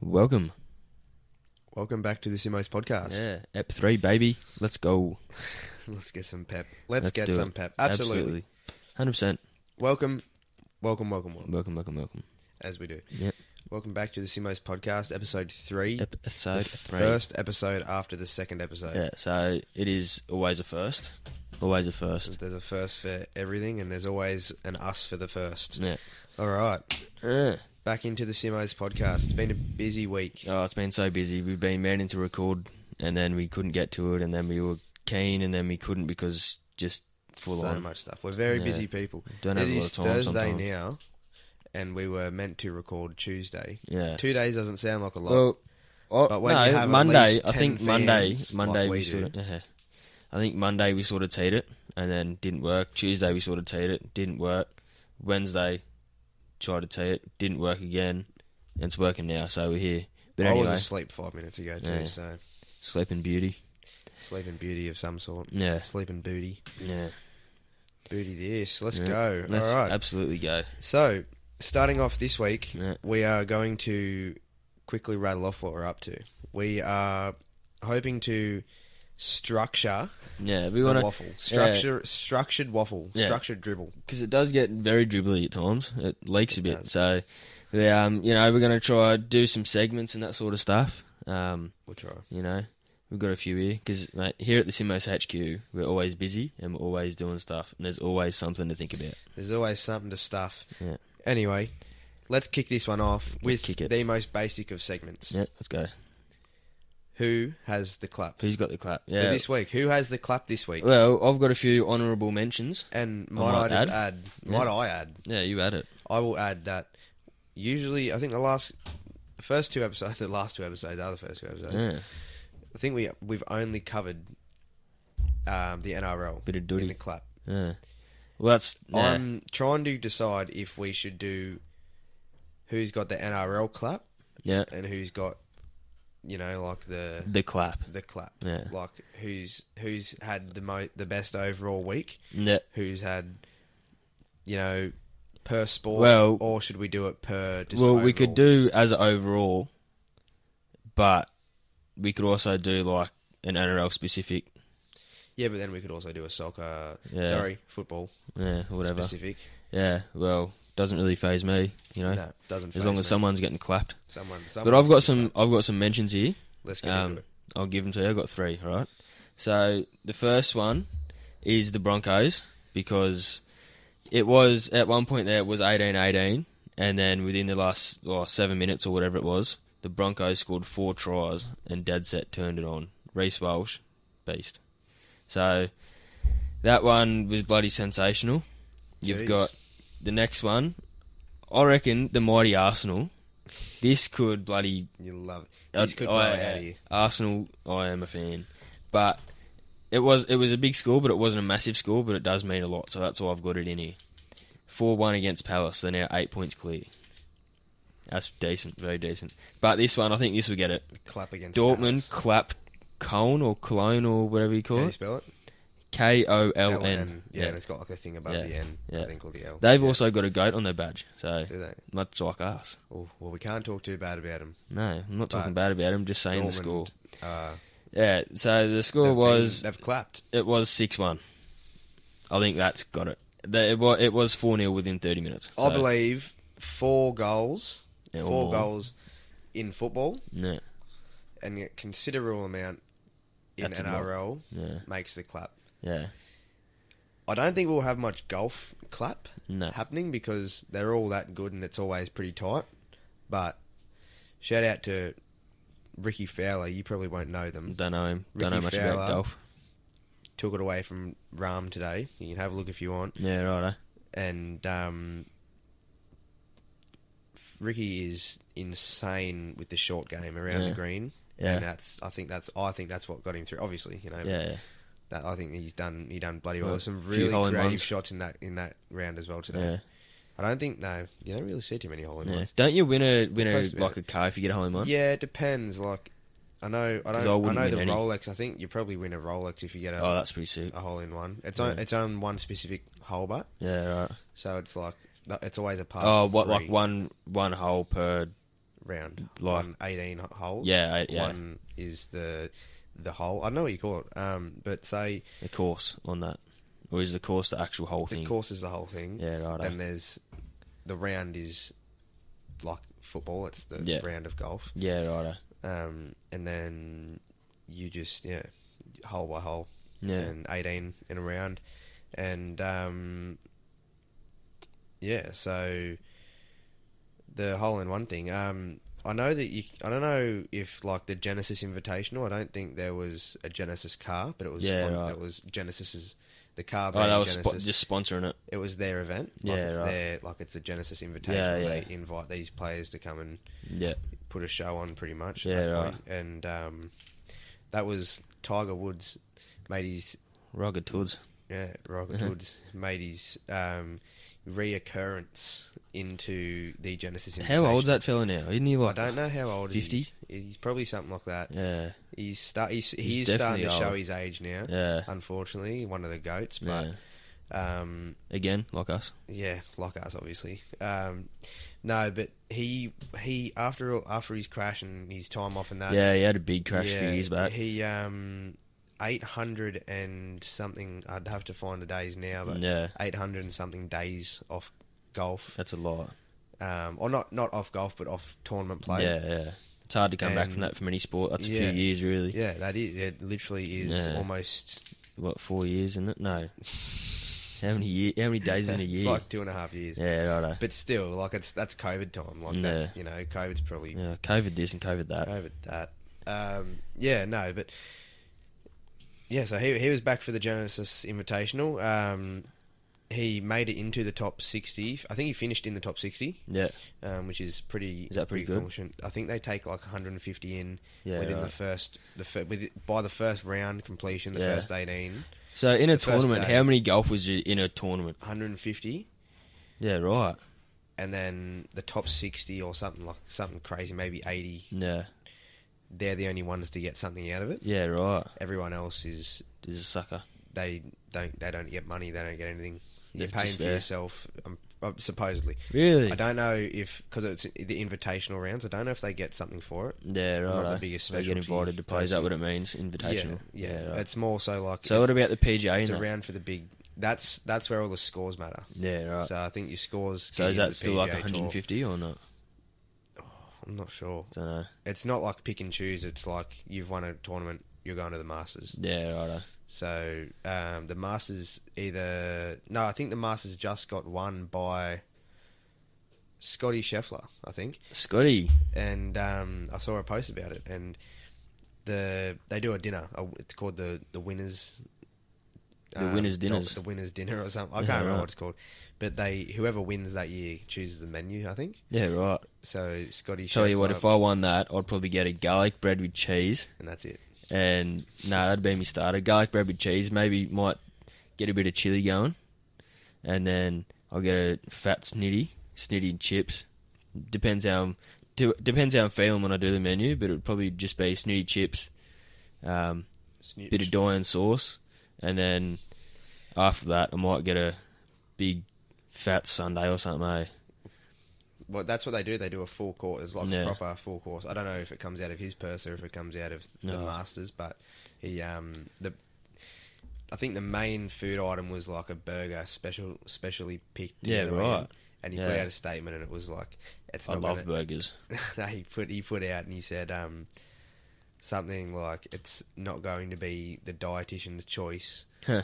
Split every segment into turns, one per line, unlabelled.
Welcome.
Welcome back to the Simos podcast.
Yeah, Ep 3, baby. Let's go.
Let's get some pep. Let's,
Let's
get
do
some
it.
pep. Absolutely.
100%.
Welcome, welcome, welcome, welcome,
Welcome, welcome, welcome.
as we do.
Yep.
Welcome back to the Simos podcast, episode three.
uh,
The
Episode 3.
first episode after the second episode.
Yeah, so it is always a first. Always a first.
There's a first for everything, and there's always an us for the first.
Yeah.
All right,
Uh,
back into the Simos podcast. It's been a busy week.
oh, it's been so busy. We've been meaning to record, and then we couldn't get to it, and then we were keen, and then we couldn't because just full
so
on.
much stuff. We're very
Yeah.
busy people.
Don't
It
have a lot
is
of time
Thursday
sometimes.
now, and we were meant to record Tuesday.
Yeah.
Two days doesn't sound like a lot.
Well, oh,
But when
no,
you have at
Monday.
least
I think
10
Monday,
fans
Monday
like
we,
we
sort of,
do.
yeah. I think Monday we sort of teed it and then didn't work. Tuesday we sort of teed it, didn't work. Wednesday tried to tee it, didn't work again. And it's working now, so we're here. But
I
anyway,
was asleep five minutes ago too,
Yeah.
so
sleeping beauty.
sleeping beauty of some sort.
Yeah,
Sleeping booty,
yeah.
booty this. Let's
Yeah.
go.
Let's
All right.
absolutely go.
so starting off this week,
Yeah.
we are going to quickly rattle off what we're up to. We are hoping to structure
Yeah,
the
we want to
waffle, structure structured waffle,
Yeah.
structured dribble.
because it does get very dribbly at times. It leaks a
It
bit.
does.
So, we, um, you know, we're going to try do some segments and that sort of stuff. Um,
We'll try.
You know, we've got a few here because mate, here at the Simos HQ, we're always busy and we're always doing stuff, and there's always something to think about.
There's always something to stuff.
Yeah.
Anyway, let's kick this one off with
kick it.
the most basic of segments.
Yeah, let's go.
Who has the clap
Who's got the clap?
for
Yeah.
this week? Who has the clap this week?
well, I've got a few honourable mentions.
And
I
might I,
might
just add, might I add,
Yeah, you had it.
I will add that usually, I think the last, the first two episodes, the last two episodes are the first two episodes.
Yeah,
I think we, we've only covered um, the NRL
bit of
in
duty.
the clap.
Yeah. Well, that's yeah,
I'm trying to decide if we should do who's got the NRL clap
yeah,
and who's got, you know, like the
the clap.
the clap.
Yeah,
Like who's who's had the mo- the best overall week?
yeah.
who's had, you know, per sport,
Well-
or should we do it per? Just
Well, we could
overall?
do as an overall, but we could also do like an NRL specific.
Yeah, but then we could also do a soccer.
Yeah.
Sorry, football.
Yeah, or whatever.
Specific.
Yeah. Well, doesn't really phase me. You know.
No, doesn't.
as long as
someone,
someone's getting clapped.
someone,
But I've got some. I've got some mentions here.
Let's get
Um,
into it.
I'll give them to you. I've got three. All right. So the first one is the Broncos because it was at one point there it was 18-18 and then within the last well, seven minutes or whatever it was, the Broncos scored four tries and dead set turned it on. Reese Walsh, beast. So that one was bloody sensational. You've
Jeez.
got the next one. I reckon the mighty Arsenal. This could bloody
You love it. This
I-
could blow
I-
it out of you.
Arsenal, I am a fan, but it was it was a big score, but it wasn't a massive score, but it does mean a lot. So that's why I've got it in here. Four one against Palace. They're now eight points clear. That's decent, very decent. But this one, I think this will get it.
Clap against
Dortmund
Palace.
clap Cologne or Cologne or whatever you
Can
call
you
it.
spell it?
K O L
LN.
N.
Yeah, and it's got like a thing above
Yeah.
the N. I
Yeah.
think or the L.
They've
Yeah.
also got a goat on their badge, so
do they?
much like us.
Oh well, we can't talk too bad about them.
No, I'm not talking
But
bad about them. Just saying the score.
Uh,
Yeah. So the score
they've
was
been- they've clapped.
It was six one. I think that's got it. The- It was it was four 0 within thirty minutes.
I
So-
believe four goals,
Yeah, or
four
more.
goals in football,
Yeah,
and a considerable amount in
That's a lot.
NRL
yeah,
makes the clap.
yeah.
I don't think we'll have much golf clap
No.
happening because they're all that good and it's always pretty tight. But shout out to Ricky Fowler. You probably won't know them.
Don't know him. Don't
Ricky
know much
Fowler.
about golf.
Took it away from Rahm today. You can have a look if you want.
Yeah, right.
And um, Ricky is insane with the short game around
Yeah.
the green.
Yeah.
And um, that's I think that's I think that's what got him through. Obviously, you know,
Yeah, yeah,
That I think he's done. He done bloody well.
Well,
There's some
few
really
hole in
creative
ones.
shots in that in that round as well today.
yeah.
I don't think no, you don't really see too many hole in
yeah.
ones.
Don't you win a win a
Close to
like a car if you get a home one?
Yeah, it depends. Like I know, I
'Cause
don't.
I
I,
wouldn't
know the
win any.
Rolex. I think you probably win a Rolex if you get a,
Oh, that's pretty sick.
a hole in one. It's on
Yeah.
it's on one specific hole, but
Yeah, right.
so it's like it's always a par.
Oh, what
Uh, three.
like one one hole per
round.
Like-
One 18 h- holes.
Yeah, eight- yeah.
One is the the hole. I don't know what you call it. Um, but say
The course on that, or is the course the actual whole
the
thing?
course is the whole thing.
Yeah, right.
And there's the round is like football. It's the
Yeah.
round of golf.
Yeah, right.
Um, and then you just yeah, hole by hole.
Yeah,
and 18 in a round. And um, yeah, so the hole in one thing. Um, I know that you. I don't know if like the Genesis Invitational. I don't think there was a Genesis car, but it was.
Yeah,
on,
right.
It was Genesis's. The car.
oh,
being
that was spo-
Genesis.
just sponsoring it.
It was their event. Like
Yeah,
it's
right.
their like it's a Genesis Invitational.
Yeah,
They invite these players to come and
Yeah,
put a show on pretty much.
Yeah,
at that
right.
point. And um, that was Tiger Woods made his
rugged tools.
yeah, Robert
Uh-huh.
Woods made his um, reoccurrence into the Genesis.
How old's
Invitational.
that fella now? Isn't he
I
like?
don't know how old is
50?
he. He's probably something like that.
Yeah,
He's start. He's, he
He's
is starting to
definitely
show
old.
his age now.
yeah,
Unfortunately, one of the goats, but
yeah.
um,
Again, like us.
yeah, like us, obviously. Um, no, but he he after all- after his crash and his time off and that.
yeah, he had a big crash a few
yeah,
years back.
He um, eight hundred and something. I'd have to find the days now, but
Yeah,
800 and something days off golf,
that's a lot.
um, or not not off golf, but off tournament play.
Yeah, yeah. It's hard to come back from
And-
that from any sport. That's a
yeah.
few years, really.
Yeah, that is. It literally is
Yeah.
almost
What four years, isn't it? No. how many year? How many days in a
it's
year?
like two and a half years.
yeah, righto.
But still, like it's that's COVID time. Like that's you know, COVID's probably
Yeah, COVID this and COVID that.
COVID that. Um, yeah, no, but yeah. So he he was back for the Genesis Invitational. Um, he made it into the top sixty. I think he finished in the top sixty,
Yeah,
um, which is pretty.
Is that pretty good?
accomplishment. I think they take like 150 in
yeah.
within the
right.
first the fir- with, by the first round completion, the
Yeah.
first 18,
so in a
the first
tournament,
day.
how many golfers are in a tournament?
150,
Yeah, right.
and then the top 60 or something like something crazy, maybe 80.
Yeah,
They're the only ones to get something out of it.
yeah, right.
Everyone else is
He's a sucker.
they don't they don't get money, they don't get anything. You're
They're
paying
just
for
there.
yourself, um, uh, supposedly.
Really?
I don't know if because it's the invitational rounds. I don't know if they get something for it.
Yeah,
not
right.
the biggest
They get
specialty
invited to play. Is that
person.
what it means? Invitational.
Yeah, yeah.
right.
It's more so like
So what
it's,
about the PGA?
it's
in
a
that?
round for the big. That's that's where all the scores matter.
Yeah, right. So,
So I think your scores. get
is
you to
that
the
still like
PGA Tour.
150 or not?
I'm not sure.
I don't know.
It's not like pick and choose. It's like you've won a tournament, you're going to the Masters.
Yeah, righto.
So um, the Masters either no, I think the Masters just got won by Scotty Scheffler, I think,
Scotty.
and um, I saw a post about it. And the they do a dinner. A- It's called the the winners. um,
The winners' dinners.
The winners dinner or something. I
Yeah,
can't remember
right.
what it's called, but they whoever wins that year chooses the menu. I think
Yeah, right.
so. Scotty.
Tell you what,
Scheffler,
if I won that, I'd probably get a garlic bread with cheese,
and that's it.
and no, that'd be my starter. Garlic bread with cheese. Maybe might get a bit of chili going, and then I'll get a fat snitty, snitty and chips. Depends how I'm, de- depends how I'm feeling when I do the menu, but it would probably just be snitty chips, um,
Snitch.
bit of Dijon sauce, and then after that, I might get a big fat Sunday or something. Eh?
Well, that's what they do. They do a full course. It's like
Yeah.
a proper full course. I don't know if it comes out of his purse or if it comes out of the
No.
masters, but he um the I think the main food item was like a burger special specially picked.
Yeah,
in the
right.
end. And he put
Yeah.
out a statement, and it was like, "It's
I
not."
love
gonna-
burgers.
no, he put he put out and he said um something like, "It's not going to be the dietitian's choice."
Huh.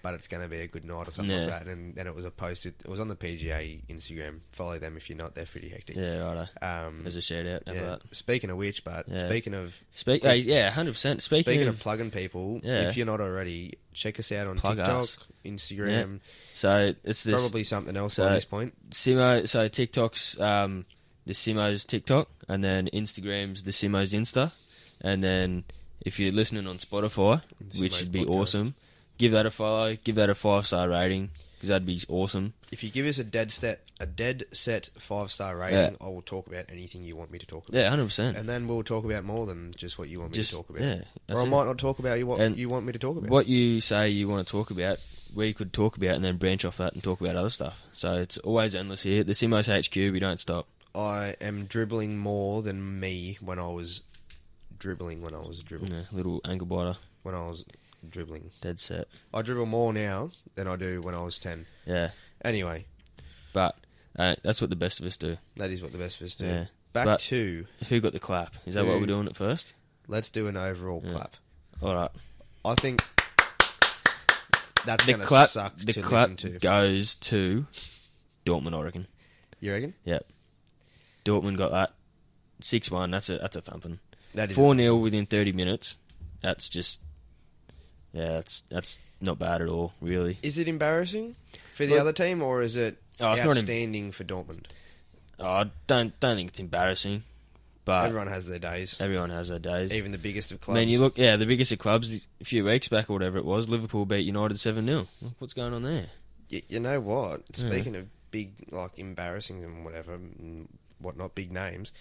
But it's going to be a good night or something
Yeah.
like that, and then it was a posted. It was on the PGA Instagram. Follow them if you're not. They're pretty hectic.
Yeah, righto.
Um,
As a shout out. how
yeah.
about that?
Speaking of which, but
Yeah.
speaking of
Speak, uh, yeah, hundred percent.
speaking,
Speaking,
of,
of,
plugging people,
Yeah.
if you're not already, check us out on
Plug
TikTok,
us.
Instagram,
so it's this
probably something else
so-
at this point.
Simo. So TikTok's um, the Simo's TikTok, and then Instagram's the Simo's Insta, and then if you're listening on Spotify,
The
which
Simo's
should be
podcast.
awesome, give that a follow. Give that a five star rating because that'd be awesome.
If you give us a dead set, a dead set five star rating,
Yeah.
I will talk about anything you want me to talk about,
Yeah, hundred percent.
and then we'll talk about more than just what you want me
Just
to talk about.
yeah. that's
or I
it.
might not talk about you what
And
you want me to talk about.
What you say you want to talk about, we could talk about, and then branch off that and talk about other stuff. So it's always endless here. The Simo's HQ, we don't stop.
I am dribbling more than me when I was dribbling when I was dribbling
No, little ankle biter,
when I was dribbling.
dead set.
I dribble more now than I do when I was ten.
Yeah,
Anyway,
but uh, that's what the best of us do.
that is what the best of us do.
Yeah.
Back
But-
to
Who got the clap? Is that what
Who-
we're doing at first?
let's do an overall
Yeah.
clap.
All right.
I think that's
The
gonna
clap.
suck
The
to
clap
listen to.
goes to Dortmund. I reckon.
You reckon?
Dortmund got that six one. That's a that's a thumping.
That is
Four 0 within thirty minutes. That's just yeah. That's that's not bad at all, really.
Is it embarrassing for the
Well-
other team, or is it
Oh, it's not em-
outstanding for Dortmund?
Oh, I don't don't think it's embarrassing, but everyone,
Everyone has their days,
has their days.
even the biggest of
I
clubs.
mean, you look yeah, the biggest of clubs a few weeks back or whatever it was. Liverpool beat United seven 0 What's going on there?
Y- you know what?
Yeah.
Speaking of big, like embarrassing and whatever, and whatnot, big names.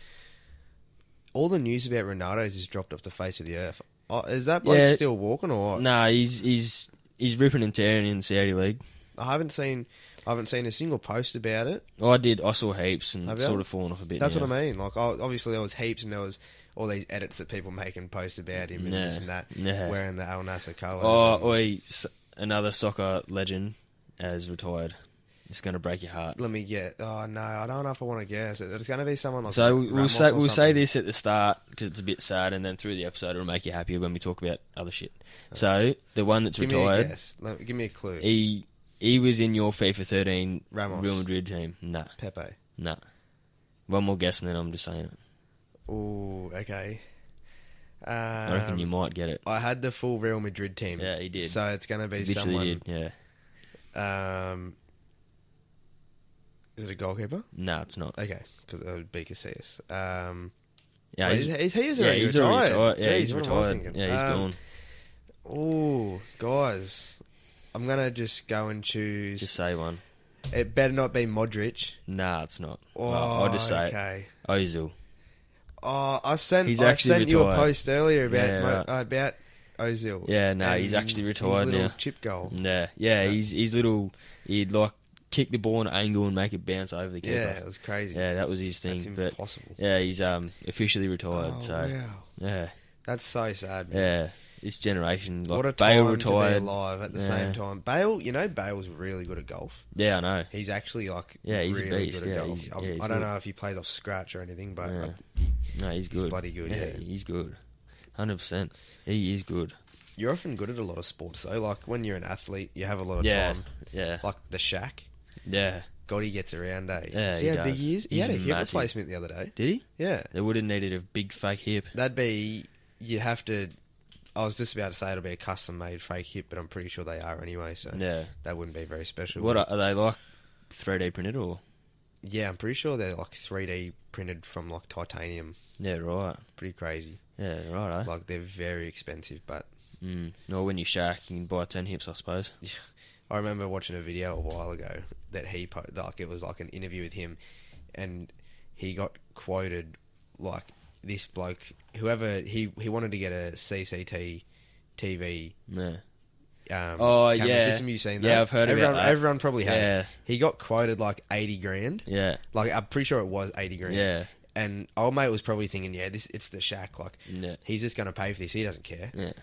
All the news about Renato's is dropped off the face of the earth. Oh, is that bloke
Yeah.
still walking or what?
Nah, he's he's he's ripping and tearing in the Saudi league.
I haven't seen, I haven't seen a single post about it.
Oh, I did. I saw heaps and
Have
it's
you?
sort of fallen off a bit.
That's
now.
what I mean. Like, o- obviously there was heaps, and there was all these edits that people make and post about him and
Yeah.
this and that,
Yeah.
wearing the Al Nasser colours.
Oh,
and-
oi, s- another soccer legend has retired. It's going to break your heart.
Let me get. Oh no, I don't know if I want to guess. It- It's going to be someone like.
So we- we'll
Ramos
say
or
we'll say
something.
this at the start because it's a bit sad, and then through the episode it'll make you happier when we talk about other shit. So the one that's
Give me a
retired,
guess. Let- give me a clue.
he he was in your FIFA 13
Ramos.
Real Madrid team. Nah,
Pepe.
nah. One more guess, and then I'm just saying it.
Oh, okay. Um,
I reckon you might get it.
I had the full Real Madrid team.
Yeah, he did.
So it's going to be
Literally
someone.
did. Yeah.
Um, is it a goalkeeper?
Nah, it's not.
Okay, because that would be Casillas. Um,
Yeah,
wait,
he's,
is, is he is
yeah,
already
he's
retired.
already retired. Yeah,
Jeez,
he's
what am I
retired.
thinking?
Yeah, he's
Um,
gone.
Oh, guys, I'm gonna just go and choose.
Just say one.
It better not be Modric.
Nah, it's not.
Oh,
Well, I'll just say it.
okay.
Ozil.
Oh, I sent
He's
I
actually
sent you a
retired.
post earlier about
Yeah,
my,
right.
uh, about Ozil.
Yeah, no, he's
and
actually retired
his little
now.
Chip goal.
Yeah, yeah,
Yeah.
he's he's little. He'd like kick the ball in an angle and make it bounce over the
Yeah, it
keeper.
was crazy.
Yeah, that was his
That's
thing. But
impossible.
yeah, he's um officially retired.
oh,
so
wow,
yeah,
that's so sad. Man.
yeah, this generation like
what a time
Bale
to be
retired.
alive at the
Yeah.
same time. Bale, you know, Bale's really good at golf.
Yeah, I know.
He's actually like
Yeah, he's a
really
beast,
good at
yeah,
golf.
he's-
I'm-
yeah, he's
I don't
good.
know if he plays off scratch or anything, but
Yeah.
uh,
No, he's good.
bloody good, yeah.
he's good. Hundred percent. He is good.
you're often good at a lot of sports though. Like when you're an athlete, you have a lot of
Yeah,
time.
yeah,
Like the Shack,
yeah.
God, he gets around. Eh?
Yeah,
See
he
how big
does.
he is. He
He's
had a hip
massive.
replacement the other day.
Did he?
Yeah.
They would have needed a big fake hip.
That'd be you'd have to. I was just about to say it'll be a custom made fake hip, but I'm pretty sure they are anyway, so
Yeah.
that wouldn't be very special.
What are, are they like? 3D printed or?
yeah, I'm pretty sure they're like 3D printed from like titanium.
Yeah, right.
Pretty crazy.
Yeah, right.
Like they're very expensive, but
Mm. Or when you shack, you can buy ten hips, I suppose.
I remember watching a video a while ago that he po- like it was like an interview with him, and he got quoted like this bloke whoever he he wanted to get a CCT TV
Yeah.
um,
Oh,
camera
yeah.
system. You've seen that?
Yeah, I've heard about
everyone,
that.
Everyone probably has.
Yeah.
He got quoted like eighty grand.
Yeah.
Like I'm pretty sure it was eighty grand.
Yeah.
And old mate was probably thinking, yeah, this it's the shack. Like
Yeah.
he's just going to pay for this. He doesn't care.
Yeah.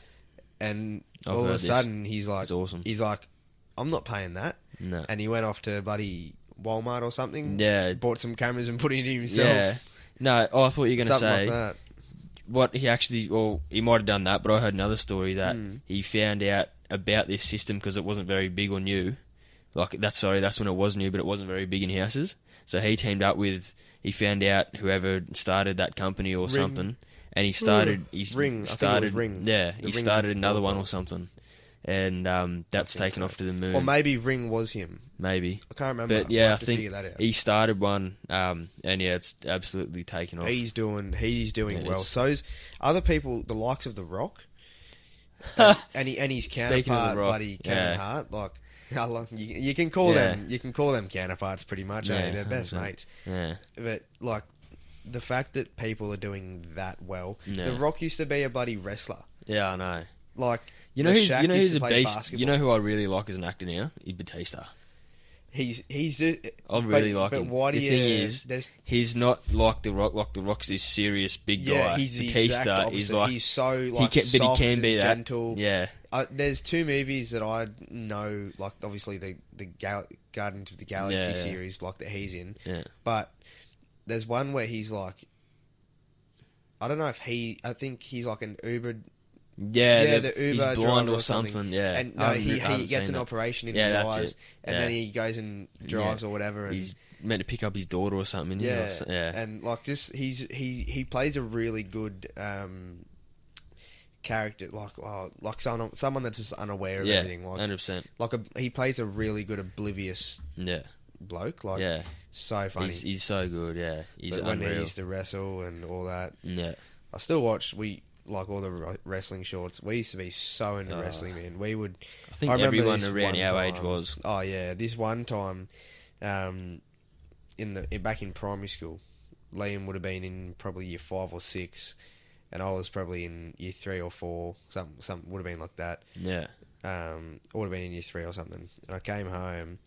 And
I've
all of
heard
a
this.
sudden he's like,
It's awesome.
He's like, I'm not paying that.
No.
And he went off to bloody Walmart or something.
Yeah.
Bought some cameras and put it in himself.
Yeah. No, oh, I thought you were going to
Something
say
like that.
what he actually, well, he might have done that, but I heard another story that
Mm.
he found out about this system because it wasn't very big or new. Like, that's sorry, that's when it was new, but it wasn't very big in houses. So he teamed up with, he found out whoever started that company or
Ring.
something, and he started, he
Ring, I think it
started,
was Ring.
yeah,
The
he
Ring
started another one or
broadband.
something. And um, that's
think
taken
so.
off to the moon.
Or maybe Ring was him.
maybe.
I can't remember.
But
We'll
yeah, I
have to
think
figure that out.
he started one, um, and yeah, it's absolutely taken off.
He's doing he's doing
Oh. Yeah,
well.
it's-
So's other people, the likes of The Rock, and, and he, and his
Speaking of The
counterpart,
Rock,
buddy Kevin
yeah.
Hart. Like, how long- you, you can call
Yeah.
them you can call them counterparts pretty much. eh?
Yeah,
They're best
100%.
mates.
yeah,
But like the fact that people are doing that well.
Yeah.
The Rock used to be a bloody wrestler.
yeah, I know.
Like
You know
The
who's
Shaq
you know
used
who's
to
a
play
beast. You
basketball.
know who I really like as an actor now? Is Batista.
He's he's. I
I really like
but
him.
why do
the
you?
thing is,
there's
he's not like the Rock. Like the Rock's this serious big
yeah,
guy.
he's the exact
Batista
opposite.
is like
he's so like
he can, but he
soft
can
and
be that.
gentle.
Yeah,
Uh, there's two movies that I know, like obviously the the Gal- Guardians of the Galaxy
Yeah, yeah.
series, like that he's in.
yeah.
But there's one where he's like, I don't know if he, I think he's like an Uber,
Yeah,
Yeah,
the,
the
he's
Uber
blind
driver
or
or
something.
something.
Yeah,
and
I
no,
haven't re-
he,
I haven't
he gets
seen
an
that.
operation in
Yeah,
his
that's
eyes,
it.
and
Yeah.
then he goes and drives or whatever, and
He's meant to pick up his daughter or something. isn't he, or
yeah,
so- yeah,
and like just he's he he plays a really good um character, like oh, like someone someone that's just unaware of
yeah,
everything, like
hundred percent.
like a, he plays a really good oblivious
Yeah,
bloke, like
yeah.
so funny.
He's, he's so good. Yeah, he's
but when he
unreal.
used to wrestle and all that.
Yeah,
I still watch we like all the wr- wrestling shorts. We used to be so into
Oh.
wrestling, man. We would.
I think
remember
everyone
this
around
one
our
time-
age was.
Oh yeah, this one time, um, in the in- back in primary school, Liam would have been in probably year five or six, and I was probably in year three or four. Some some would have been like that.
Yeah,
um, I would have been in year three or something. And I came home.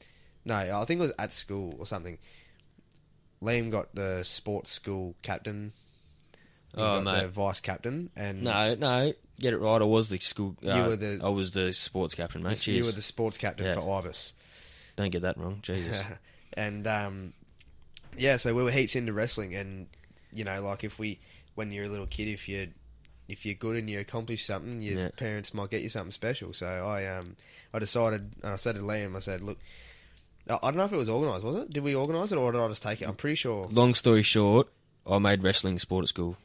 No, I think it was at school or something. Liam got the sports school captain. He
Oh,
got
mate.
the vice captain, and
no, no, get it right. I was the school. Uh,
You were the-
I was the sports captain, mate.
you
Cheers.
were the sports captain
Yeah.
for Ibis.
Don't get that wrong. Jesus.
and um, yeah, so we were heaps into wrestling, and you know, like if we, when you're a little kid, if you, if you're good and you accomplish something, your
Yeah.
parents might get you something special. So I, um, I decided, and I said to Liam, I said, look, I I don't know if it was organised, was it? Did we organise it, or did I just take it? I'm pretty sure.
Long story short, I made wrestling sport at school.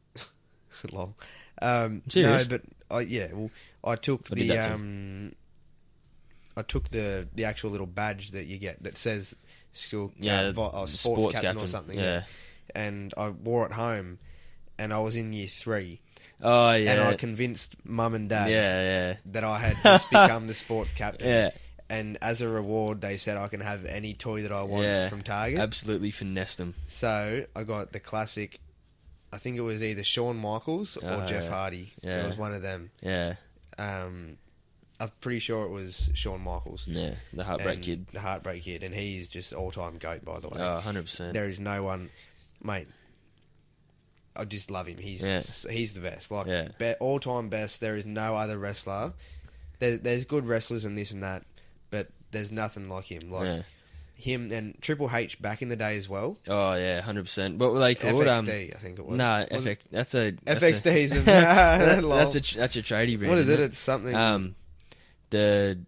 Lol. Um, no,
Serious?
but I, yeah, well, I took
I did
the
that too.
um, I took the the actual little badge that you get that says school,
Yeah,
uh, vi- oh,
the
sports, captain, or something. yeah. and I wore it home, and I was in year three,
Oh yeah.
and I convinced mum and
yeah,
dad
yeah,
that I had just become the sports captain.
yeah.
And as a reward, they said I can have any toy that I want
Yeah.
from Target.
Absolutely finessed them.
so I got the classic. I think it was either Shawn Michaels or
Oh,
Jeff
yeah.
Hardy.
Yeah.
It was one of them.
Yeah,
Um, I'm pretty sure it was Shawn Michaels.
yeah. The heartbreak
And
kid.
The Heartbreak Kid. And he's just all time GOAT, by the way.
Oh, 100 percent.
There is no one, mate. I just love him. He's
Yeah.
he's the best, like
Yeah.
be, all time best. There is no other wrestler. There's there's good wrestlers and this and that, but there's nothing like him. Like
Yeah.
him and Triple H back in the day as well.
Oh yeah, hundred percent. What were they called? Um,
FXD, I think it was.
No, nah,
Was
FX,
it-
that's a that's
FXD
A,
is in
that, that's a
Lol.
tr- that's a tradie brand.
What is it?
isn't
It's something.
Um, the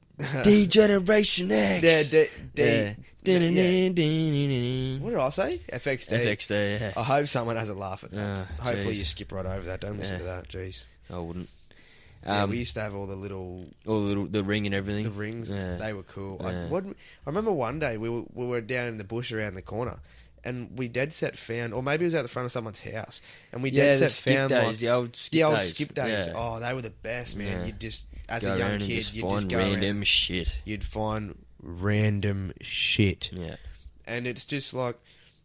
D Generation X.
yeah, D, D,
yeah.
yeah.
FXD.
What Oh. did I say? FXD.
Yeah.
I hope someone has a laugh at that.
Ah,
Hopefully
jeez.
you skip right over that. Don't listen
Yeah.
to that. Jeez.
I wouldn't.
Yeah,
Um,
we used to have all the little
all the, little- the ring and everything.
the rings.
Yeah.
They were cool.
Yeah.
I, what, I remember one day we were, we were down in the bush around the corner, and we dead set found, or maybe it was out the front of someone's house, and we
yeah,
dead
the
set
skip
found
days,
like,
the old skip
the old
days.
skip days.
Yeah.
Oh, they were the best, man.
Yeah.
You'd just as
go
a young
around
kid,
and just
you'd
find
just go
random
around,
shit.
you'd find random shit,
Yeah.
and it's just like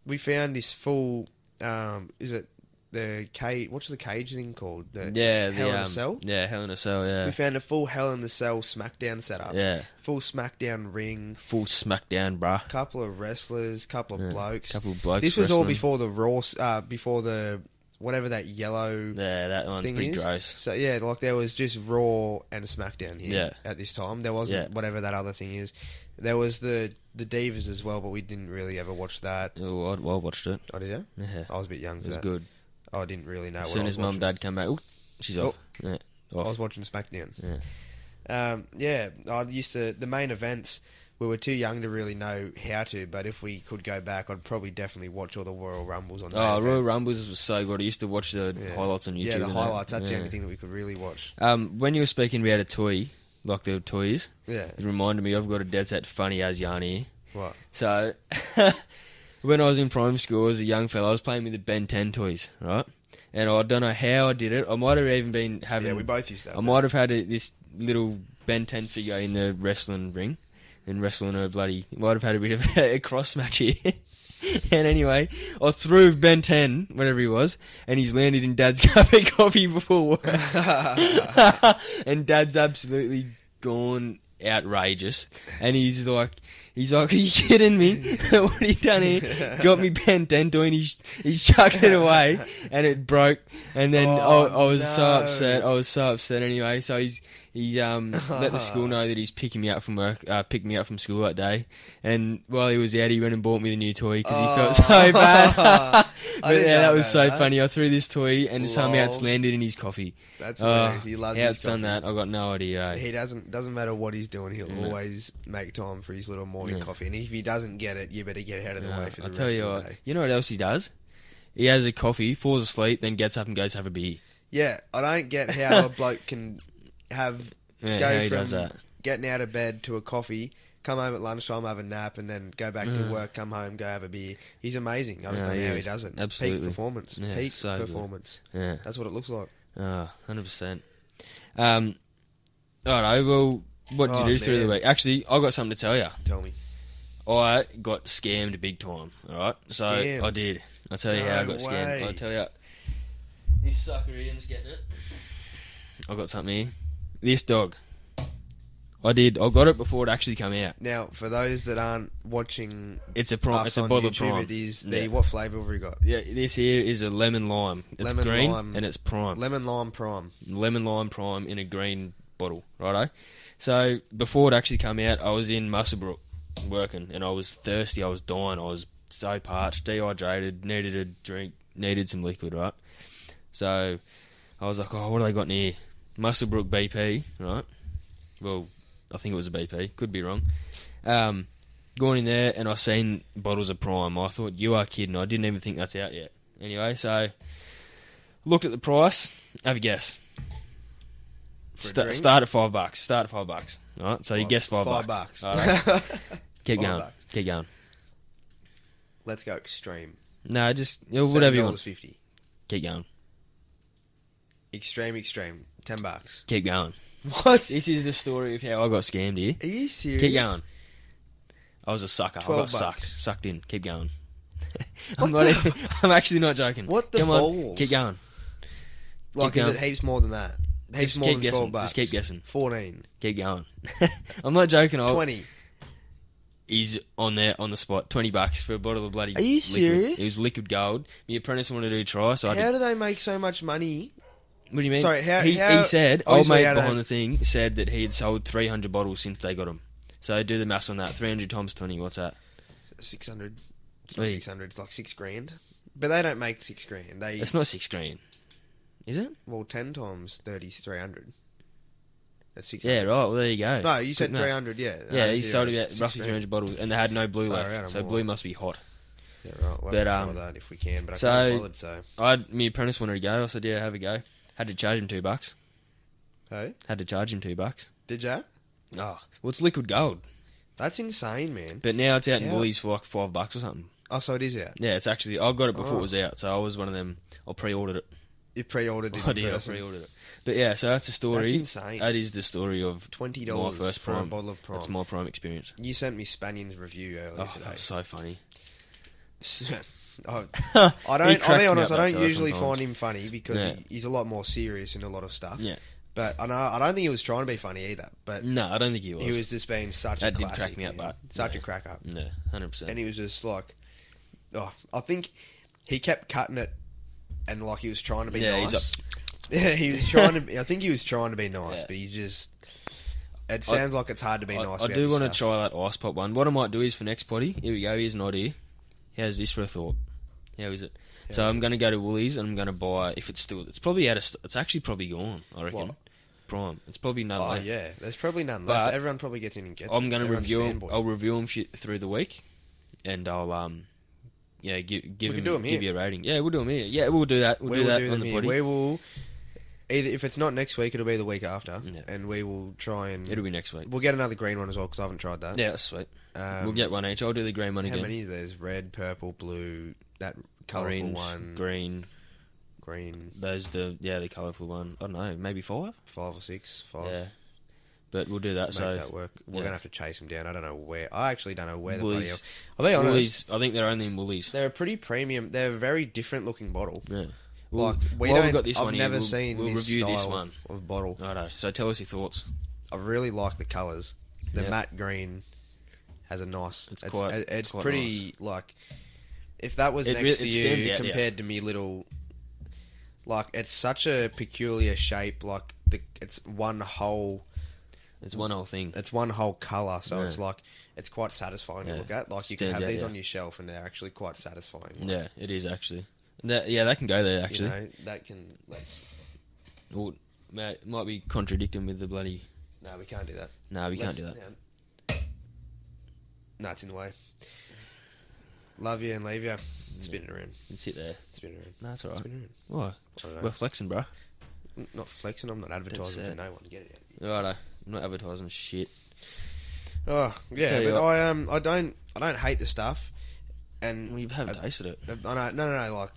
we found this full. Um, is it the cage? What's the cage thing called? The
Yeah,
Hell
the,
in
um,
a Cell.
Yeah, Hell in a Cell.
We
Yeah,
found a full Hell in the Cell SmackDown setup.
yeah.
Full SmackDown ring,
Full smackdown, bruh.
couple of wrestlers, couple of
Yeah.
blokes.
Couple of blokes.
this was all
wrestling.
before the Raw, uh, before the whatever that yellow
Yeah, that one's
thing
pretty
is.
gross.
So yeah, like there was just Raw and SmackDown here at this time. There wasn't
Yeah.
whatever that other thing is. There was the the Divas as well, but we didn't really ever watch that.
Oh, I, I watched it.
Oh, did you?
Yeah,
I was a bit young
it
for
was
that. Oh,
good.
I didn't really know.
As
what I
soon
was
as mum
watching.
and dad come back, oh, she's
Oh.
off. Yeah,
I
off.
was watching SmackDown.
Yeah.
Um, yeah, I used to the main events. We were too young to really know how to, but if we could go back, I'd probably definitely watch all the Royal Rumbles on.
Oh,
main
Royal
event.
Rumbles was so good. I used to watch the
Yeah.
highlights on YouTube.
Yeah, the
and that.
highlights. That's
Yeah.
the only thing that we could really watch.
Um, when you were speaking about a toy, like the toys,
Yeah.
it reminded me I've got a dead set funny as yarn here.
What?
So, when I was in primary school as a young fella, I was playing with the Ben 10 toys, right? And I don't know how I did it. I might have even been having.
yeah, we both used to. Have
I might have had a, this little Ben 10 figure in the wrestling ring and wrestling a bloody. Might have had a bit of a cross match here. and anyway, I threw Ben 10, whatever he was, and he's landed in Dad's carpet copy before work. and Dad's absolutely gone outrageous. And he's like, He's like, "Are you kidding me? what he done here? Got me bent and doing. He's he's chucked it away, and it broke. And then
Oh,
I, I was so
no.
upset. I was so upset anyway. So he's he um let the school know that he's picking me up from work, uh, picked me up from school that day. And while he was out, he went and bought me the new toy because he felt so
Oh. I
bad. but
didn't
yeah,
know
that was
about
so
that.
funny. I threw this toy and somehow it's
Lol.
landed in his coffee.
That's
Oh,
hilarious. he loves.
how
his
it's done
coffee.
that, I got no idea. eh?
He doesn't doesn't matter what he's doing. He'll
No.
always make time for his little morning
Yeah.
coffee. And if he doesn't get it, you better get out of the
No,
way for the
I'll
rest
tell you
of the
what.
day.
You know what else he does? He has a coffee, falls asleep, then gets up and goes have a beer.
Yeah, I don't get how a bloke can have
Yeah,
Go
how he does
from-
that.
getting out of bed to a coffee, come home at lunchtime, have a nap, and then go back to
Yeah.
work, come home, go have a beer. He's amazing. I just
Yeah,
don't know
he
how he
is.
does it.
Absolutely.
Peak performance.
Yeah,
Peak
so good.
performance.
Yeah,
That's what it looks like.
Ah, hundred percent. Um, all right. Well, what did
Oh,
you do through the
man.
week? Actually, I got something to tell you.
Tell me.
I got scammed big time. All right, so
Scammed?
I did. I'll tell you how I
No
got scammed.
way.
I'll tell you. This sucker Ian's getting it. I got something here. This dog. I did. I got it before it actually came out.
Now, for those that aren't watching
It's a prime.
us
It's a
on
bottle of
YouTube,
prime.
it is the
Yeah.
what flavour have we got?
Yeah, this here is a lemon lime. It's
Lemon
green
lime.
and it's prime.
Lemon lime prime.
lemon lime prime in a green bottle, righto? So before it actually came out, I was in Musselbrook working, and I was thirsty. I was dying. I was so parched, dehydrated, needed a drink, needed some liquid, right? So I was like, oh, what do they got in here? Musselbrook BP, right? Well, I think it was a BP. Could be wrong. Um, going in there, and I seen bottles of Prime. I thought, you are kidding. I didn't even think that's out yet. Anyway, so looked at the price. Have a guess.
For a
Sta
drink?
start at five bucks. Start at five bucks. All right. So you
Five-
guess five,
five
bucks.
bucks.
All right. Keep
Five
going.
bucks.
Keep going.
Let's go extreme.
No, just you know, whatever you want.
$7.50.
Keep going.
Extreme, extreme. Ten bucks.
Keep going.
What?
This is the story of how I got scammed here.
Are you serious?
Keep going. I was a sucker. I got
12 bucks.
sucked. Sucked in. Keep going.
What
I'm not.
the-
Even, I'm actually not joking.
What the
Come on.
balls?
Keep going.
Like,
Keep
is it
going.
heaps more than that? Heaps
Just
more
keep
than
guessing.
twelve bucks.
Just keep guessing. Oh,
Fourteen.
Keep going. I'm not joking. I,
Twenty.
he's on there on the spot. Twenty bucks for a bottle of bloody.
Are you
liquid.
serious?
It was liquid gold. My apprentice wanted to do a try, so I did
How do they make so much money?
What do you mean?
Sorry, how-
he,
how-
he said,
Oh,
old
sorry,
mate
how do
behind
they-
the thing said that he had sold 300 bottles since they got him. So do the maths on that. 300 times 20, what's that?
Six hundred. It's not
Wait.
six hundred. It's like six grand. But they don't make six grand. They
It's not six grand. Is it?
well ten times thirty is three hundred. That's six.
Yeah, right. Well, there you go.
No, you said
Quick maths.
three hundred. Yeah.
Yeah,
Uh,
he
zeros.
sold about
Six
roughly
grand.
300 bottles, and they had no blue left.
Alright, I'm
so
all
blue
right.
must be hot.
Yeah, right. We'll
But,
but
um,
that if we can, but I
so-
can't be bothered. So.
I, my apprentice wanted to go. I said, yeah, have a go. Had to charge him two bucks.
Hey,
Had to charge him two bucks.
did ya?
Oh,
Ah.
well, it's liquid gold.
That's insane, man.
But now it's out in
Yeah.
Woolies for like five bucks or something.
Oh, so it is out.
Yeah, it's actually, I got it before
Oh.
it was out. So I was one of them, I pre ordered it.
You pre-ordered it.
I
in
did, I
person.
pre-ordered it. But yeah, so that's the story.
That's insane.
That is the story of
Twenty
my
dollars
first
for a
prime.
bottle of prime.
That's my prime experience.
You sent me Spanion's review earlier
Oh, that was
today.
so funny.
oh,
I
I don't. I'll be honest. I don't usually find him funny because
Yeah.
he, he's a lot more serious in a lot of stuff.
Yeah.
But I know I don't think he was trying to be funny either. But
No, I don't think he was.
he was just being such
That
a
did
classic,
crack me up,
man.
but-
such
yeah.
a crack up.
No, hundred
And
percent.
he was just like, oh, I think he kept cutting it, and like he was trying to be
Yeah, he's
nice. yeah, he was trying to. be- I think he was trying to be nice,
Yeah.
but he just. It sounds like it's hard to be
I,
nice.
I
about
do
this
want to try
stuff.
that ice pop one. What I might do is for next potty. Here we go. Here's an idea. How's this for a thought? How is it?
How
so
is
I'm going to go to Woolies and I'm going to buy. If it's still, it's probably out of. st- It's actually probably gone. I reckon.
What?
Prime. It's probably none
Oh
left.
yeah, there's probably none
But
left. Everyone probably gets in and gets.
I'm
it.
going to
Everyone's
review them.
fanboy.
I'll review them through the week, and I'll um, yeah, give give
We
him,
can do 'em
give
here.
you a rating. Yeah, we'll do them here. Yeah, we'll do that. We'll
we
do
will
that
do
on
them
the
here.
potty.
We will either if it's not next week, it'll be the week after,
Yeah.
and we will try and
It'll be next week.
we'll get another green one as well because I haven't tried that.
Yeah, that's sweet.
Um,
we'll get one each. I'll do the green one
how
again.
many? There's red, purple, blue, that colourful
Orange,
one, green.
green. Those the yeah the colourful one. I don't know, maybe five.
five or six, five.
Yeah, but we'll do that.
Make
so
that work. We're
yeah.
gonna have to chase them down. I don't know where. I actually don't know where the bloody.
Woolies,
hell- I'll be honest.
Woolies. I think they're only in Woolies.
They're a pretty premium. They're a very different looking bottle.
Yeah.
Like we
while
don't.
we've got this
I've
one here,
never
we'll-
seen.
We'll
this
review this
style
one.
of bottle.
Righto. So tell us your thoughts.
I really like the colours. The
Yep.
matte green has a nice.
It's
It's
quite-
it- it's
it's quite
pretty like. If that was
It
next
really-
to
it stands
you
out, yeah.
compared to me, little. Like it's such a peculiar shape. Like the it's one whole
It's one whole thing.
it's one whole color, so
Yeah.
it's like it's quite satisfying
Yeah.
to look at. Like you
Stands
can
out,
have these
yeah.
on your shelf, and they're actually quite satisfying. Like,
Yeah, it is actually. That, yeah, that can go there
you
actually.
know, that can. That's,
Or, ma- might be contradicting with the bloody.
no, we can't do that.
No, we can't
Let's-
do that.
yeah. No, it's in the way. Love you and leave you. Spin it around.
You sit there.
Spin it around.
No, it's alright.
Spin it around.
Why?
I don't know.
We're flexing, bro.
N- Not flexing. I'm not advertising
That's
for
it.
no one to get it.
Righto. I'm not advertising shit.
Oh
Tell
yeah,
you what.
but I um I don't I don't hate the stuff, and
We haven't
I,
tasted it.
I know, no no no like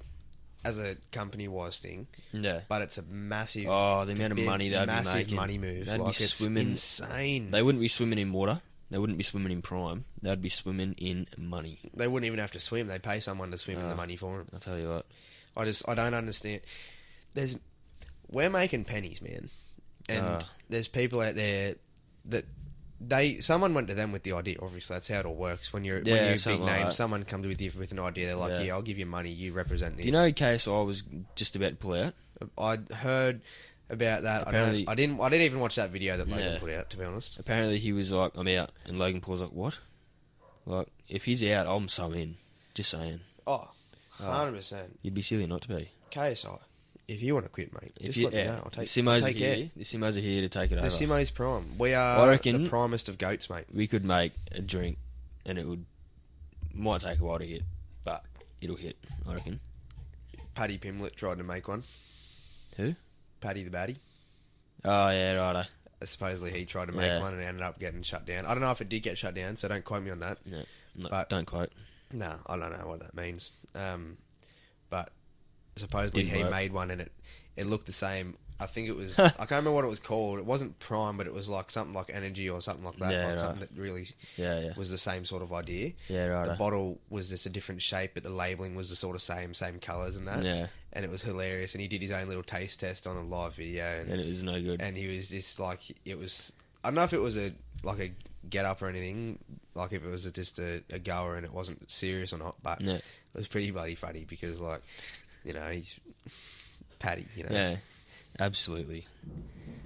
as a company wise thing,
Yeah.
but it's a massive
Oh, the
it's a
amount of
big,
money they'd be
massive
making.
money move
They'd be
like it's
swimming-
insane.
They wouldn't be swimming in water. They wouldn't be swimming in prime. They'd be swimming in money.
They wouldn't even have to swim. They pay someone to swim in
Ah.
the money for them.
I'll tell you what.
I just I don't understand. There's we're making pennies, man, and
Ah.
there's people out there that they someone went to them with the idea. Obviously, that's how it all works. When
Yeah,
you're when you're a big
something
name,
like that.
someone comes with you with an idea. They're like,
Yeah.
"Yeah, I'll give you money. You represent this."
Do you know KSI was just about to pull out?
I heard about that. I,
Apparently-
don't, I didn't. I didn't even watch that video that Logan
Yeah.
put out. To be honest,
Apparently he was like, I'm out. And Logan Paul's like, what? Like, if he's out, I'm so in. Just saying.
oh, 100 percent.
You'd be silly not to be.
KSI. If you want to quit, mate,
If
just
you,
let me
yeah,
know. I'll take,
the Simos
I'll take
are
care.
here. The Simos are here to take it
The
over.
Simo's prime. We are
I reckon-
the primest of goats, mate.
we could make a drink, and it would might take a while to hit, but it'll hit. I reckon.
Paddy Pimlet tried to make one.
Who?
Paddy the Batty.
Oh yeah, righto.
Supposedly he tried to make
Yeah.
one and ended up getting shut down. I don't know if it did get shut down, so don't quote me on that.
No, no,
But-
don't quote.
No, I don't know what that means. Um, but supposedly
Didn't
he
work.
made one and it it looked the same. I think it was I can't remember what it was called. It wasn't Prime, but it was like something like Energy or something like that.
Yeah,
like
right.
Something that really
Yeah, yeah,
was the same sort of idea.
yeah,
The
righto.
bottle was just a different shape, but the labeling was the sort of same, same colours and that.
yeah,
And it was hilarious. And he did his own little taste test on a live video. And
and it was no good.
and he was just like it was. I don't know if it was a like a get up or anything, like if it was a, just a, a goer and it wasn't serious or not, but
Yeah.
it was pretty bloody funny because like you know he's Paddy, you know.
yeah, absolutely.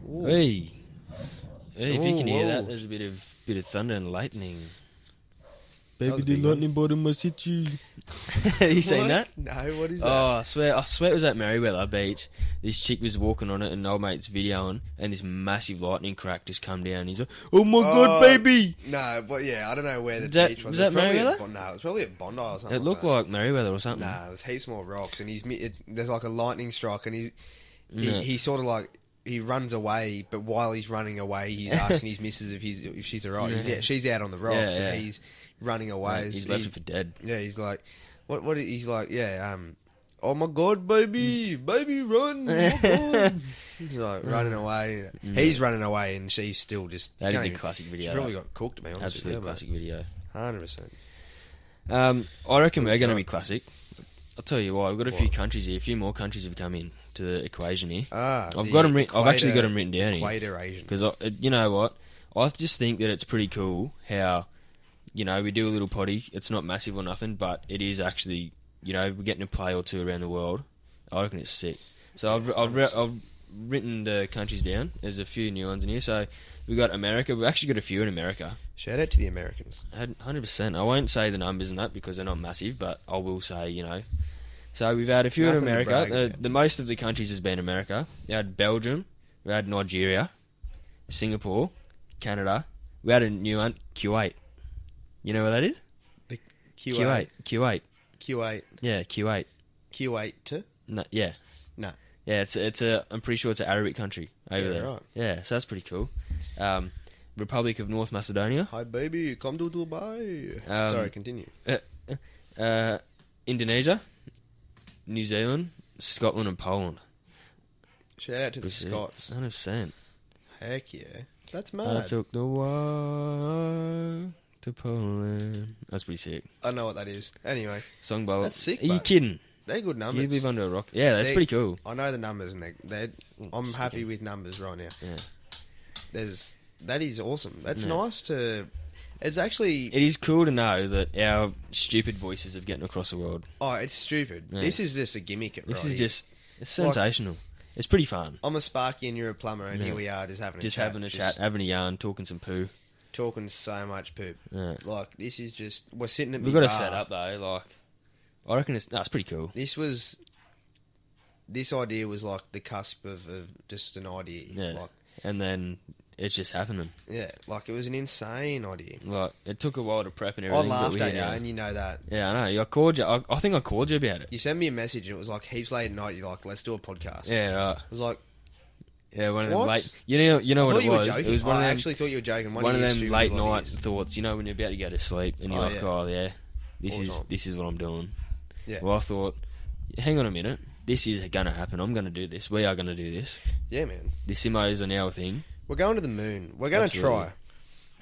Ooh.
Hey, hey, if you
Ooh,
can hear that,
whoa.
there's a bit of bit of thunder and lightning.
That was a big one.
bottom must hit you. you seen
What?
that?
No, what is that?
Oh, I swear, I swear it was at Merriweather Beach. This chick was walking on it, and old mate's videoing, and this massive lightning crack just come down. He's like, "Oh my god,
Oh,
baby!"
No, but yeah, I don't know where the
Was that-
beach was.
was
It
that
probably at
Merriweather?
Bon- no, it was probably at Bondi or something.
It looked
that.
like Merriweather or something.
Oh Nah, it was heaps more rocks, and he's mi- it, there's like a lightning strike, and he's he,
Yeah.
he sort of like he runs away, but while he's running away, he's asking his missus if he's if she's alright. He's-
Yeah.
Yeah. she's out on the rocks,
Yeah, yeah.
and he's running
Mate,
away.
he's
He-
left it for dead.
yeah, he's like, what? What? He's like, yeah, um, oh my god, baby,
Mm.
baby, run! Oh my God." he's like running away. He's running away, and she's still just
Mm. That is
can't
a
even-
classic
She
video.
probably
that.
got cooked, to be honest.
Absolute classic video.
hundred percent.
Um, I reckon we're going to
got?
be classic. I'll tell you why. We've got a few
What?
countries here. A few more countries have come in to the equation here.
Ah,
I've
the
got 'em writ- I've actually got
equator-
'em written down here.
Equator Asian.
Because you know what, I just think that it's pretty cool how you know we do a little potty. It's not massive or nothing, but it is actually you know we're getting a play or two around the world. I reckon it's sick. So I've I've, re- I've written the countries down. There's a few new ones in here. So we got America. We've actually got a few in America.
Shout out to the Americans.
Hundred percent. I won't say the numbers and that because they're not massive, but I will say you know. So we've had a few in
Nothing to
America.
brag
The,
about.
the most of the countries has been America. We had Belgium. We had Nigeria, Singapore, Canada. We had a new one, Kuwait. You know where that is?
The
Kuwait. Kuwait.
Q8.
Yeah, Kuwait.
Q8 to?
No, yeah.
No.
Yeah, it's it's a. I'm pretty sure it's an Arabic country over
Yeah,
there.
right.
Yeah, so that's pretty cool. Um, Republic of North Macedonia,
Hi, baby. Come to Dubai.
Um,
Sorry, continue.
uh, Indonesia, New Zealand, Scotland, and Poland.
Shout out to the
That's it. Uh,
Scots.
100%.
Heck yeah. That's
I
mad.
took the walk to Poland. That's pretty sick.
I know what that is. Anyway,
Song by
That's sick,
Are you
mate.
kidding?
they're good
you
numbers.
live under a rock. Yeah, that's
They-
pretty cool.
I know the numbers, and they're, they're, I'm happy with numbers right now.
Mm, Yeah.
There's that is awesome. That's
Yeah.
nice to It's actually
It is cool to know that our stupid voices of getting across the world.
oh, it's stupid.
Yeah.
This is just a gimmick.
This
right
is
here.
just it's
Like-
sensational. it's pretty fun.
I'm a Sparky and you're a plumber, and
Yeah.
here we are just having a
Just
chat,
having a
just
chat, having a yarn, talking some poo.
talking so much poop.
Yeah.
Like this is just we're sitting at.
We've
me
got to
bar.
set up though. Like, I reckon it's that's pretty cool.
This was. This idea was like the cusp of, of just an idea.
Yeah.
Like
And then it's just happening.
yeah, like it was an insane idea.
Like, it took a while to prep and
I
everything. but
laughed
we
at
did
you,
it.
and you know that.
Yeah, I know. I called you. I, I think I called you about it.
You sent me a message, and it was like heaps late at night. You're like, "Let's do a podcast."
Yeah, right.
I was like,
Yeah, one of them
What?
late. You know, you know
I
what
thought
it
you were
was.
joking.
It was one
I
of them.
actually thought you were joking.
one of
your
them
stupid
late
little
night
ideas.
thoughts. You know, when you're about to go to sleep and you're
Oh,
like,
yeah.
oh yeah, this
All the
is
time.
this is what I'm doing.
Yeah.
Well, I thought, hang on a minute, this is gonna happen. I'm gonna do this. We are gonna do this.
Yeah, man.
The Simos are now a thing.
We're going to the moon. We're going to
Absolutely.
try.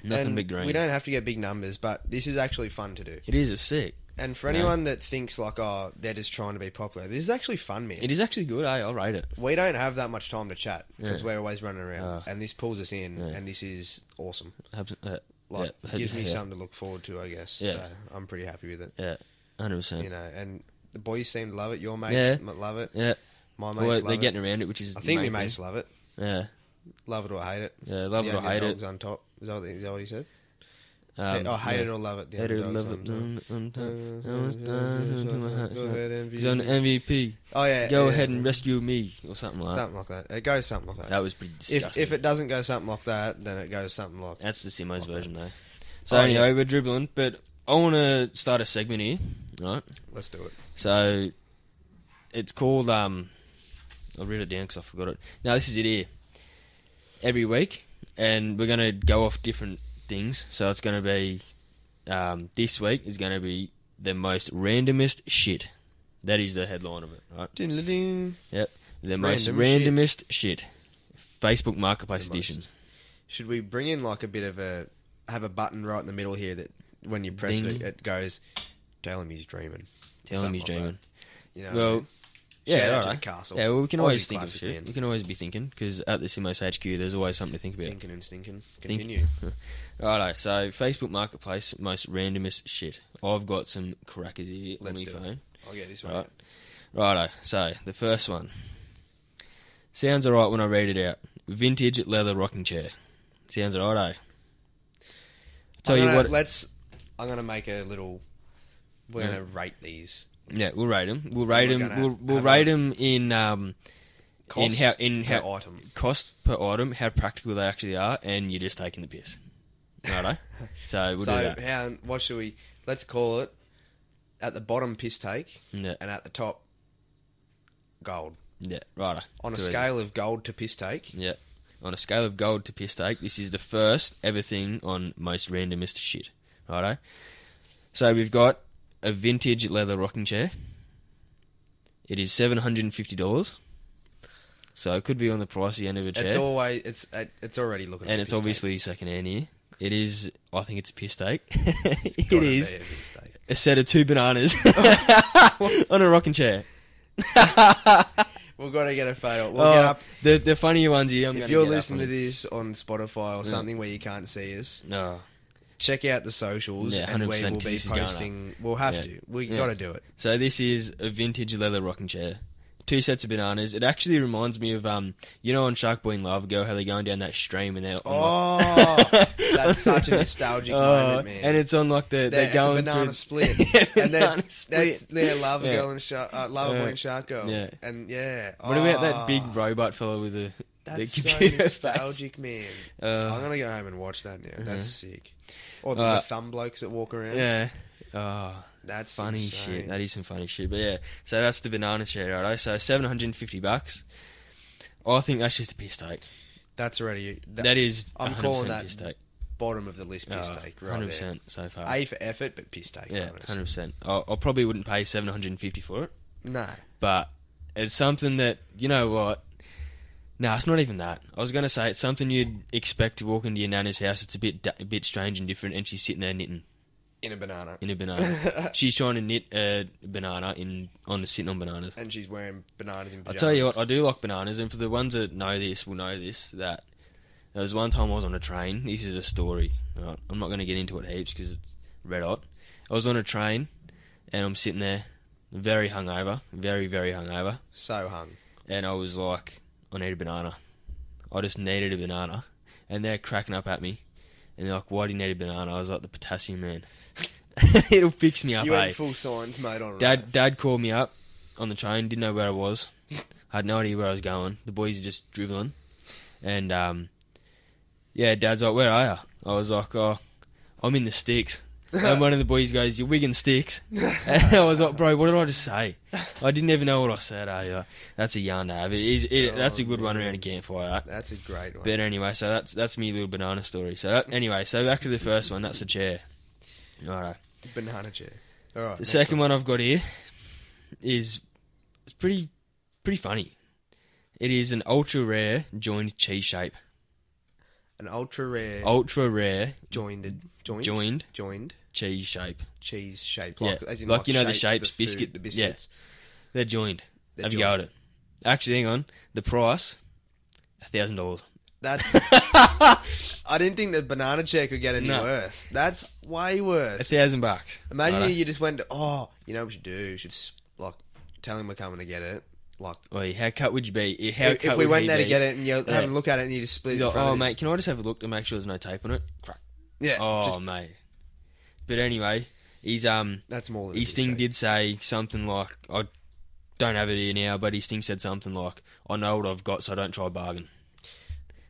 Nothing
And
but green.
We don't have to get big numbers, but this is actually fun to do.
It is. It's sick.
And for
Yeah.
anyone that thinks like, "Oh, they're just trying to be popular," this is actually fun, man.
It is actually good. eh? I I rate it.
We don't have that much time to chat because
Yeah.
we're always running around,
Ah.
and this pulls us in,
Yeah.
and this is awesome.
Abs- uh,
Like,
yeah.
gives me
yeah.
something to look forward to, I guess.
Yeah.
So I'm pretty happy with it.
Yeah, hundred percent.
You know, and the boys seem to love it. Your mates
Yeah.
m- love it.
Yeah,
My mates
well,
love
they're
it.
getting around it, which is
I
the
think my
main
mates
thing.
love it.
Yeah,
Love it or hate it.
yeah, love
The
it or hate it.
underdog's on top. Is that what- is that what he said?
Um,
Hate- oh, hate
yeah.
it or love it. The
Hate it or love
underdog's
it.
on top.
mm, on top.
Uh,
I was dying to my heart.
Go ahead, MVP.
He's on MVP.
Oh yeah.
Go
yeah,
ahead and
yeah.
rescue me or something like that.
something like that. It goes something like that.
That was pretty
if
disgusting.
if it doesn't go something like that, then it goes something like
That's the Simo's
Okay.
version, though. So
Oh,
anyway, we're dribbling, but I want to start a segment here, right?
let's do it.
So it's called. Um, I read it down because I forgot it. Now this is it here. Every week, and we're going to go off different things. So it's going to be um, this week is going to be the most randomest shit. That is the headline of it, right?
Ding-a-ding.
The most
Random
randomest shit. Facebook Marketplace
The most.
edition.
Should we bring in like a bit of a have a button right in the middle here that when you press
Ding.
it, it goes. Tell him he's dreaming.
Tell him
Something
he's
like that.
dreaming.
You know.
Well, yeah,
Shout out to
alright.
the castle.
Yeah, well, we can always
Aussie
think of
classic,
shit.
man.
We can always be thinking because at the Simos HQ, there's always something to think about.
thinking and stinking.
Think-
Continue.
Righto, so Facebook Marketplace, most randomest shit. I've got some crackers here
Let's
on
do
my
it.
phone.
I'll get this one.
Right. Righto, so the first one. Sounds alright when I read it out. Vintage leather rocking chair. Sounds alright, eh? Tell
I'm
you
gonna-
what,
Let's. I'm gonna make a little. We're
Yeah.
gonna rate these.
yeah, we'll rate them. We'll rate
We're
them.
gonna
We'll, we'll
have
rate
a-
them in um, in how in
per
how
item.
cost per item, how practical they actually are, and you're just taking the piss. Righto. so we'll do
so
that.
how? What should we? Let's call it at the bottom piss take
Yeah,
and at the top gold
yeah, righto.
on a
Do it.
scale of gold to piss take.
Yeah. On a scale of gold to piss take, this is the first ever thing on most randomest shit. Righto. So we've got a vintage leather rocking chair. It is seven hundred and fifty dollars. So it could be on the pricey end of a chair.
It's always it's it- it's already looking
and
at
it's
piss take.
obviously second hand here. It is I think it's a piss take. it
Gotta
is
be a piss take.
a set of two bananas on a rocking chair.
We've got to get a photo. We'll
Oh,
get up.
The the funnier ones here. I'm
if
gonna
you're
get up
listening
on.
to this on Spotify or
Yeah.
something where you can't see us,
no,
check out the socials
Yeah,
and we
100%,
will
'cause
be
this is going up.
posting. We'll have
Yeah.
to. We
Yeah.
got to do it.
So this is a vintage leather rocking chair. Two sets of bananas. It actually reminds me of um, you know, on Shark Boy and Lava Girl, how they're going down that stream and they're on like-
Oh, that's such a nostalgic
Oh,
moment, man.
And it's on like the
They're-
they're going
it's a banana
through-
split,
yeah,
and
banana
then that's
split.
their lava
Yeah.
girl and shark, uh, lava
Yeah.
boy and shark girl.
Yeah.
and yeah.
What about
Oh,
that big robot fellow with the
That's
the
so
computer
nostalgic, man.
Face? Uh, mm-hmm.
I'm gonna go home and watch that now. That's sick. Or the,
Uh,
the thumb blokes that walk around.
yeah. Oh,
That's
funny
insane.
shit. That is some funny shit. But yeah, so that's the banana chair, righto? So seven hundred and fifty bucks. I think that's just a piss take.
That's already that,
that is
I'm
100%
calling that
piss take.
bottom of the list piss take right
Oh, Hundred
there.
percent so far.
A for effort, but piss take.
Yeah,
bonus.
hundred percent. I I probably wouldn't pay seven hundred and fifty for it,
No,
but it's something that you know what. No, it's not even that. I was going to say it's something you'd expect to walk into your nana's house. It's a bit da- a bit strange and different, and she's sitting there knitting
in a banana,
in a banana. she's trying to knit a banana in on the sitting on bananas.
and she's wearing bananas in.
I
Pajamas.
tell you what, I do like bananas, and for the ones that know this, will know this that There was one time I was on a train. This is a story. Right? I'm not going to get into it heaps because it's red hot. I was on a train and I'm sitting there, very hungover, very very hungover,
So hung.
and I was like, I need a banana. I just needed a banana, and they're cracking up at me, and they're like, Why do you need a banana? I was like, the potassium man. It'll fix me up.
you
eh?
went full signs, mate. On
Dad, Dad called me up on the train. Didn't know where I was. I had no idea where I was going. The boys are just dribbling, and um, yeah, Dad's like, "Where are you?" I was like, "Oh, I'm in the sticks." and one of the boys goes, "You're wigging sticks." and I was like, "Bro, what did I just say?" I didn't even know what I said either. That's a yarn to have. It is. It, that's a good one around a campfire. that.
That's a great one.
But anyway, so that's that's me little banana story. So that, anyway, so back to the first one. That's the chair. All right.
Banana chair. All right.
The
next
second one. I've got here is it's pretty pretty funny. It is an ultra rare joined cheese shape.
An ultra rare
Ultra rare
joined joined
Oh. Joined.
joined
cheese shape.
cheese shape.
Yeah,
Like, as in
like, you know, the shapes,
food,
biscuit-
the
yeah.
biscuits.
They're joined.
They're
Have you got it? Actually, hang on. The price, thousand dollars.
That's. I didn't think the banana chair could get any
No.
worse. That's way worse.
A thousand bucks.
Imagine
Righto.
you just went, oh, you know what we should do? We should s- like tell him we're coming to get it. Like
Oi, how cut would you be? How
if,
cut
if we
would
went
he
there to
be?
get it and you
Yeah.
have a look at it and you just split
He's
it. in
like,
front of
oh
you."
mate, can I just have a look to make sure there's no tape on it? Crack.
yeah,
Oh
just-
mate. But anyway, he's um
that's more than a
His thing
mistake.
did say something like, I don't have it here now, but his thing said something like, I know what I've got, so don't try bargain.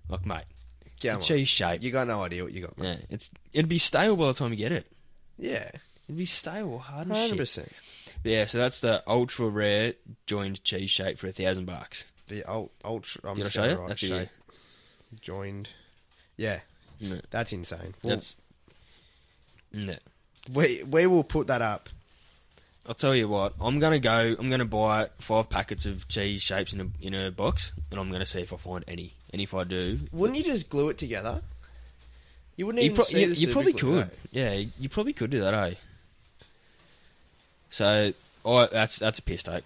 Like, mate,
Come
it's a
on.
cheese shape.
You got no idea what you got. mate.
yeah, it's it'd be stale by the time you get it.
Yeah,
It'd be stale, hard as
hundred
shit.
percent.
But yeah, so that's the ultra rare joined cheese shape for a thousand bucks.
The ult, ultra. I'm
Did I
just
show
gonna
you?
write
That's it,
shape. Joined. Yeah,
No.
that's insane. Well,
That's no.
we we will put that up.
I'll tell you what. I'm gonna go. I'm gonna buy five packets of cheese shapes in a in a box, and I'm gonna see if I find any. And if I do,
Wouldn't you just glue it together? You wouldn't
You,
even
pro-
see
you,
the
you probably
super glue,
could.
eh?
Yeah, you probably could do that, eh? So, oh, that's that's a piss take.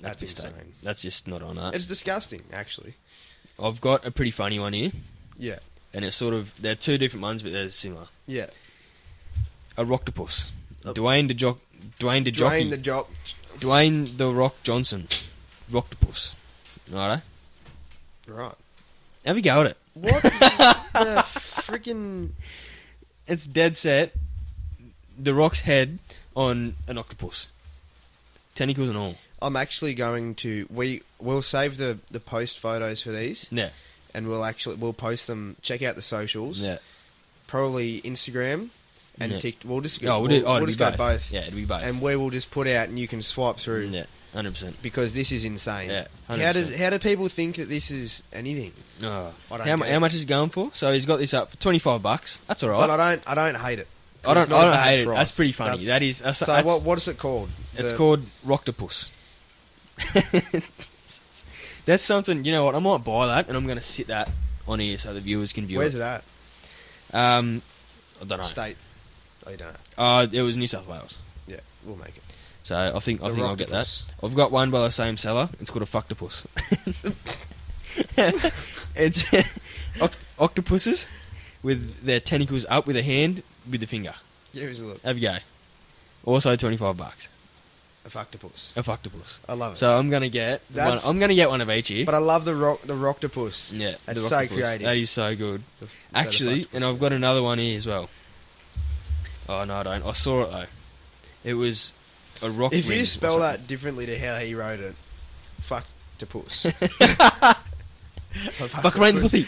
That's,
That's
a piss take.
insane.
That's just not on that.
It's disgusting, actually.
I've got a pretty funny one here,
Yeah,
and it's sort of they're two different ones, but they're similar.
yeah.
A rocktopus.
Oh.
Dwayne the jock. Dwayne the
Drain
jockey.
the job.
Dwayne the Rock Johnson. Rocktopus. Alright.
Right.
Have a go at it.
What the freaking?
It's dead set. The Rock's head on an octopus. Tentacles and all.
I'm actually going to we we'll save the the post photos for these,
Yeah.
and we'll actually we'll post them. Check out the socials,
Yeah.
probably Instagram and
Yeah.
Tik. We'll just go,
No, we'll,
we'll,
do, oh,
we'll
it'd
just
be
go
both.
both,
Yeah, it'd be both.
and we will just put out, and you can swipe through
yeah, hundred percent.
because this is insane.
Yeah,
How did
100%.
how do people think that this is anything?
Oh.
I
How,
don't
mu-
get
how
it.
much is it going for? So he's got this up for twenty five bucks. That's all
But
right.
I don't I don't hate it.
I
It's
don't,
not
I
a
don't
bad
hate it.
price.
That's pretty funny.
That's-
That's, that is. That's,
so
that's-
what what is it called?
It's
The-
called Rocktopus. that's something. You know what? I might buy that, and I'm going to sit that on here so the viewers can view
Where's
it.
it at?
Um, I don't know.
State. Oh, you don't. Know.
Uh, it was New South Wales.
Yeah, we'll make it.
So I think I
The
think I'll get that.
Rocktopus.
I've got one by the same seller. It's called a fucktopus. it's oct- octopuses with their tentacles up with a hand with a finger.
Give us a look.
Have a go. Also twenty five bucks.
A octopus.
A fucktopus.
I love it.
So I'm gonna get one,
Oh. That's-
I'm gonna get one of each here.
but I love the rock, the rocktopus.
yeah, the
that's so
octopus.
creative.
That is so good.
So the
Actually,
octopus-
and I've got another one here as well. Oh no, I don't. I saw it though. It was a rock.
If
ring or
you spell
something.
that differently to how he wrote it, fuck to puss.
fuck around the pussy.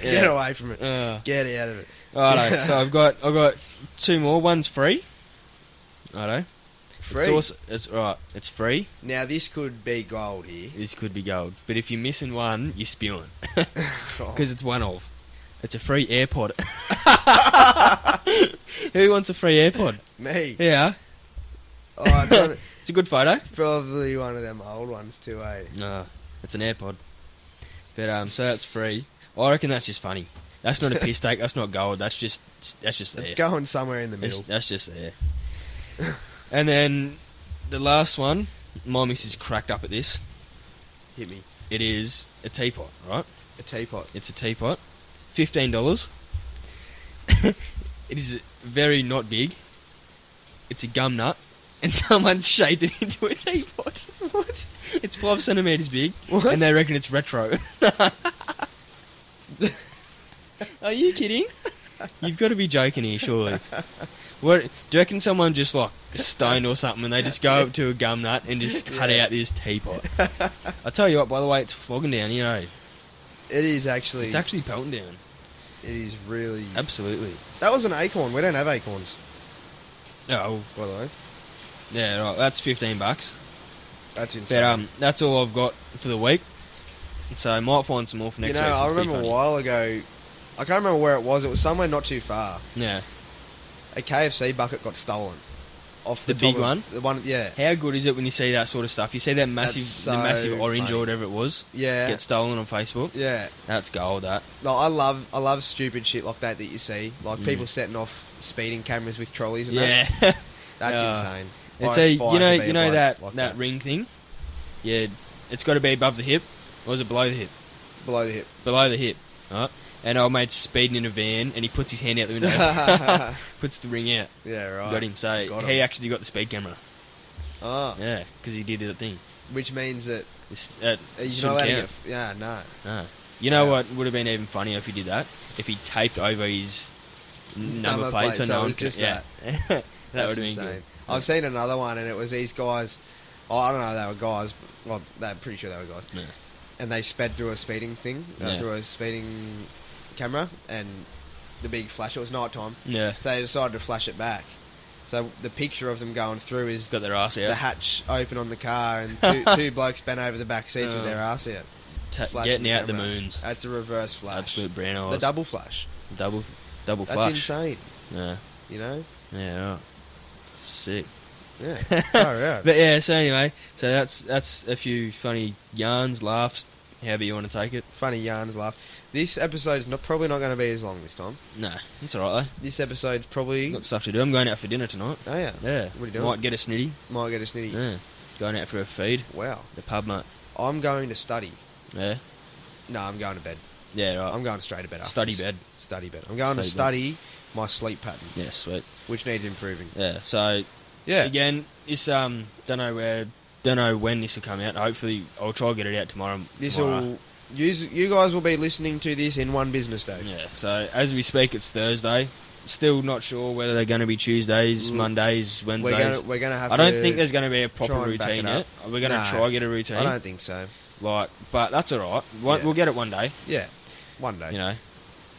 Get away from it.
Uh,
Get out of it.
Righto, so I've got I've got two more. One's free. Righto.
Free.
It's, also, it's right. It's free.
now this could be gold here.
This could be gold, but if you're missing one, you're spewing
Oh,
because it's one of. It's a free AirPod. Who wants a free AirPod?
me.
Yeah,
Oh, I don't-
it's a good photo.
probably one of them old ones too. Eh?
No, it's an AirPod. But um, so that's free. I reckon that's just funny. That's not a piss take. That's not gold. That's just that's just there.
It's going somewhere in the
That's,
middle.
that's just there. and then the last one, my missus cracked up at this.
Hit me.
It is a teapot, right?
A teapot.
It's a teapot, fifteen dollars. it is very not big. It's a gum nut, and someone shaped it into a teapot. What? It's five centimeters big,
What?
and they reckon it's retro. Are you kidding? You've got to be joking here, surely. What do you reckon? Someone just like stoned or something, and they just go up to a gum nut and just cut
Yeah.
out this teapot. I tell you what, by the way, it's flogging down. You know,
It is actually.
it's actually pelting down.
It is really.
Absolutely.
That was an acorn. We don't have acorns,
Oh,
by the way.
yeah, right. That's fifteen bucks.
That's insane.
But um, that's all I've got for the week. So I might find some more for next
you know,
week. so
I
it's pretty
remember a
funny.
while ago. I can't remember where it was. It was somewhere not too far.
Yeah.
A KFC bucket got stolen. Off the,
The
top
big
of-
one?
The one, yeah,
How good is it when you see that sort of stuff? You see that massive,
That's so
the massive orange
funny.
or whatever it was
yeah,
get stolen on Facebook.
yeah.
That's gold. That.
No, I love, I love stupid shit like that that you see, like
Mm.
people setting off speeding cameras with trolleys and that.
yeah.
That's
Yeah.
insane.
and
I
so you
aspire to
know,
be
you
a
know
bloke
that,
like
that ring thing. Yeah, it's got to be above the hip, or is it below the hip?
below the hip.
Below the hip. Right. And our mate's speeding in a van, and he puts his hand out the window, puts the ring out.
yeah, right.
Got him. So
Got
he
him.
actually got the speed camera.
Ah,
Yeah, because he did the thing.
which means that
It's, uh,
uh, you're
shouldn't
not allowed to
count.
get. Yeah, no.
No. You know
Yeah.
what would have been even funnier if he did that? If he taped over his n- number,
Number
plate,
plate,
so
so
no
it
one
was
could.
just
Yeah. that
That's
would have been
insane.
good.
I've seen another one, and it was these guys. Oh, I don't know, they were guys. but- Well, they're pretty sure they were guys.
Yeah.
And they sped through a speeding thing, uh,
Yeah.
through a speeding camera, and the big flash. It was night time,
Yeah.
so they decided to flash it back. So the picture of them going through is
Got their ass
the
out,
hatch open on the car, and two, two blokes bent over the back seats with
Oh.
their ass out,
ta-
flashing
getting
the
out the
camera.
moons.
That's a reverse flash.
Absolute brown
The
eyes.
double flash.
double, double
That's
flush.
insane.
Yeah.
You know.
Yeah. Right. Sick.
Yeah. oh yeah.
But yeah. So anyway, so that's that's a few funny yarns, laughs, however you want to take it.
Funny yarns, laugh. This episode's not probably not going to be as long this time.
No, it's alright
This episode's
though.
probably.
Got stuff to do. I'm going out for dinner tonight.
Oh yeah,
Yeah.
What are you doing?
Might get a snitty.
might get a snitty.
Yeah. Going out for a feed.
Wow.
The pub, mate.
I'm going to study.
Yeah.
No, I'm going to bed.
Yeah. Right.
I'm going straight to bed.
Oh.
after
Study
this.
bed.
Study bed. I'm going to
Study
study my sleep pattern,
Yeah, sweet.
which needs improving.
Yeah. So
Yeah.
again, this um, don't know where, don't know when this will come out. Hopefully, I'll try to get it out tomorrow.
This
tomorrow.
will. You, you guys will be listening to this in one business day.
Yeah. So as we speak, it's Thursday. Still not sure whether they're going to be Tuesdays,
Mm.
Mondays,
We're
Wednesdays.
gonna we're gonna have.
I don't
to,
think there's going to be a
try
proper
and back
routine
it up.
yet. We're going to
No.
try get a routine,
I don't think so.
like, but that's all right. One,
Yeah.
We'll get it one day,
Yeah. One day
you know.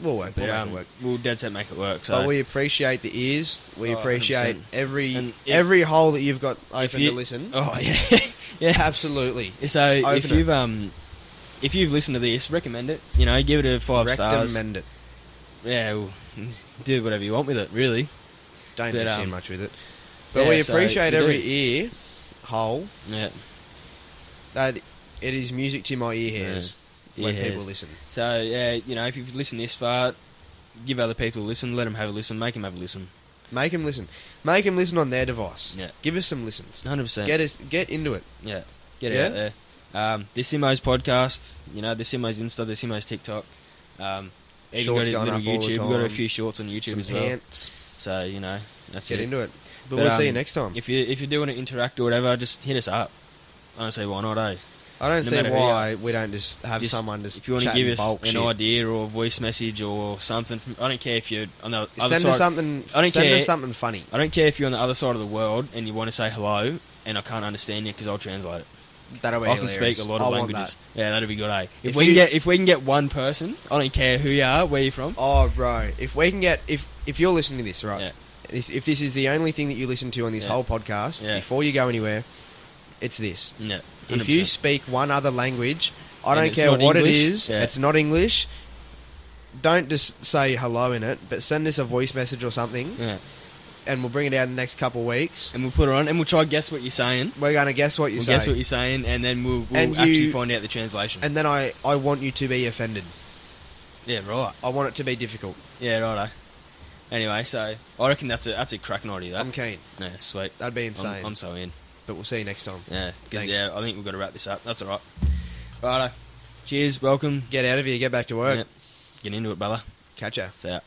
we'll work. We'll
But,
make it
um,
work.
we'll dead set make it work. So
But we appreciate the ears. We
Oh,
appreciate
100%.
every
And if-
every hole that you've got open
you-
to listen.
oh yeah, yeah.
Absolutely.
So if
Open it.
you've um, if you've listened to this, recommend it. You know, give it a five stars.
Recommend it.
Yeah, well, do whatever you want with it, really.
Don't
But,
do too
um,
much with it. But
yeah,
we
so
appreciate
we
every
do.
ear hole
Yeah.
that it is music to my ear hairs when
Yeah.
people listen.
So yeah, you know, if you've listened this far, give other people a listen. Let them have a listen. Make them have a listen.
Make them listen. Make them listen on their device.
Yeah.
Give us some listens.
Hundred percent.
Get us get into it.
Yeah. Get it
Yeah?
out there. Um, the Simo's podcast. You know, the Simo's Insta, the Simo's TikTok. Um, even got
Shorts
a
going
little
up all the
YouTube. We've got a
time.
few shorts on YouTube
Some
as well.
pants.
So you know, that's
Get
it.
into it. But,
But,
we'll see you
um,
next time.
If you if you do want to interact or whatever, just hit us up. Honestly, why not? Eh?
I don't
no
see
matter who you
why we don't just have
Just-
someone just
if you want to
chat
give
and
us
bulk
an
shit.
idea or a voice message or something, from, I don't care if you're on the other
Send
side.
us something.
I don't
send
care.
us something funny.
I don't care if you're on the other side of the world and you want to say hello and I can't understand you because I'll translate it.
That'll be
I can
hilarious.
speak a lot of
I want
languages. Yeah, that'd be good, eh? If,
If
we
you-
can get if we can get one person, I don't care who you are, where you're from.
that. Oh, bro! If we can get if if you're listening to this right,
Yeah.
if, if this is the only thing that you listen to on this
Yeah.
whole podcast
Yeah.
before you go anywhere, it's this.
Yeah,
If you
100%.
speak one other language, I
And
don't
it's
care
not
what it
English,
is.
yeah.
It's not English. Don't just say hello in it, but send us a voice message or something,
yeah,
and we'll bring it out in the next couple of weeks.
and we'll put it on and we'll try and guess what you're saying.
We're gonna guess what you
We'll
say,
guess what you're saying, and then we'll, we'll
And
actually
you-
find out the translation.
and then I I want you to be offended.
yeah, right.
I want it to be difficult.
Yeah, righto. Anyway, so I reckon that's a that's a cracking idea. That
I'm keen.
yeah, sweet.
That'd be
I'm-
insane.
I'm so in.
But we'll see you next time.
Yeah, because
Thanks.
yeah, I think we've got to wrap this up. That's all right. Righto.
Cheers. Welcome.
Get out of here. Get back to work.
Yep. Get into it, brother.
Catch ya.
It's out.